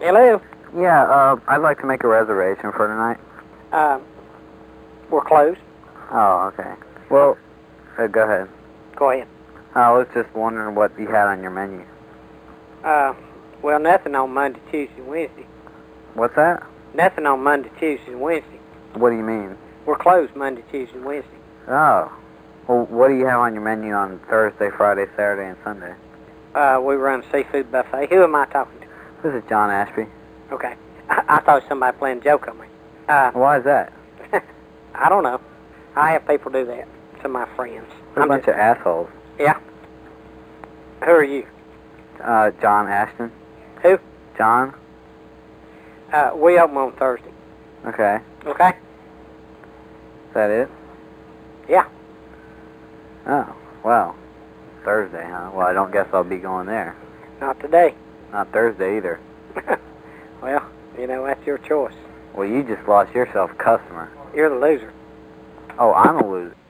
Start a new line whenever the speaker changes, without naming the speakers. Hello.
Yeah, uh, I'd like to make a reservation for tonight.
Um, we're closed.
Oh, okay. Well, uh, go ahead.
Go ahead.
I was just wondering what you had on your menu.
Uh, well, nothing on Monday, Tuesday, Wednesday.
What's that?
Nothing on Monday, Tuesday, Wednesday.
What do you mean?
We're closed Monday, Tuesday, Wednesday.
Oh. Well, what do you have on your menu on Thursday, Friday, Saturday, and Sunday?
Uh, we run a seafood buffet. Who am I talking to?
This is John Ashby.
Okay. I, I thought somebody playing a joke on me. Uh,
Why is that?
I don't know. I have people do that to my friends.
We're a
I'm
bunch of assholes.
just- who are you?
Uh, John Ashton.
Who?
John?
Uh, we open on Thursday.
Okay.
Okay.
Is that it?
Yeah.
Oh, well. Thursday, huh? Well, I don't guess I'll be going there.
Not today.
Not Thursday either.
well, you know that's your choice.
Well, you just lost yourself a customer.
You're the loser.
Oh, I'm a loser.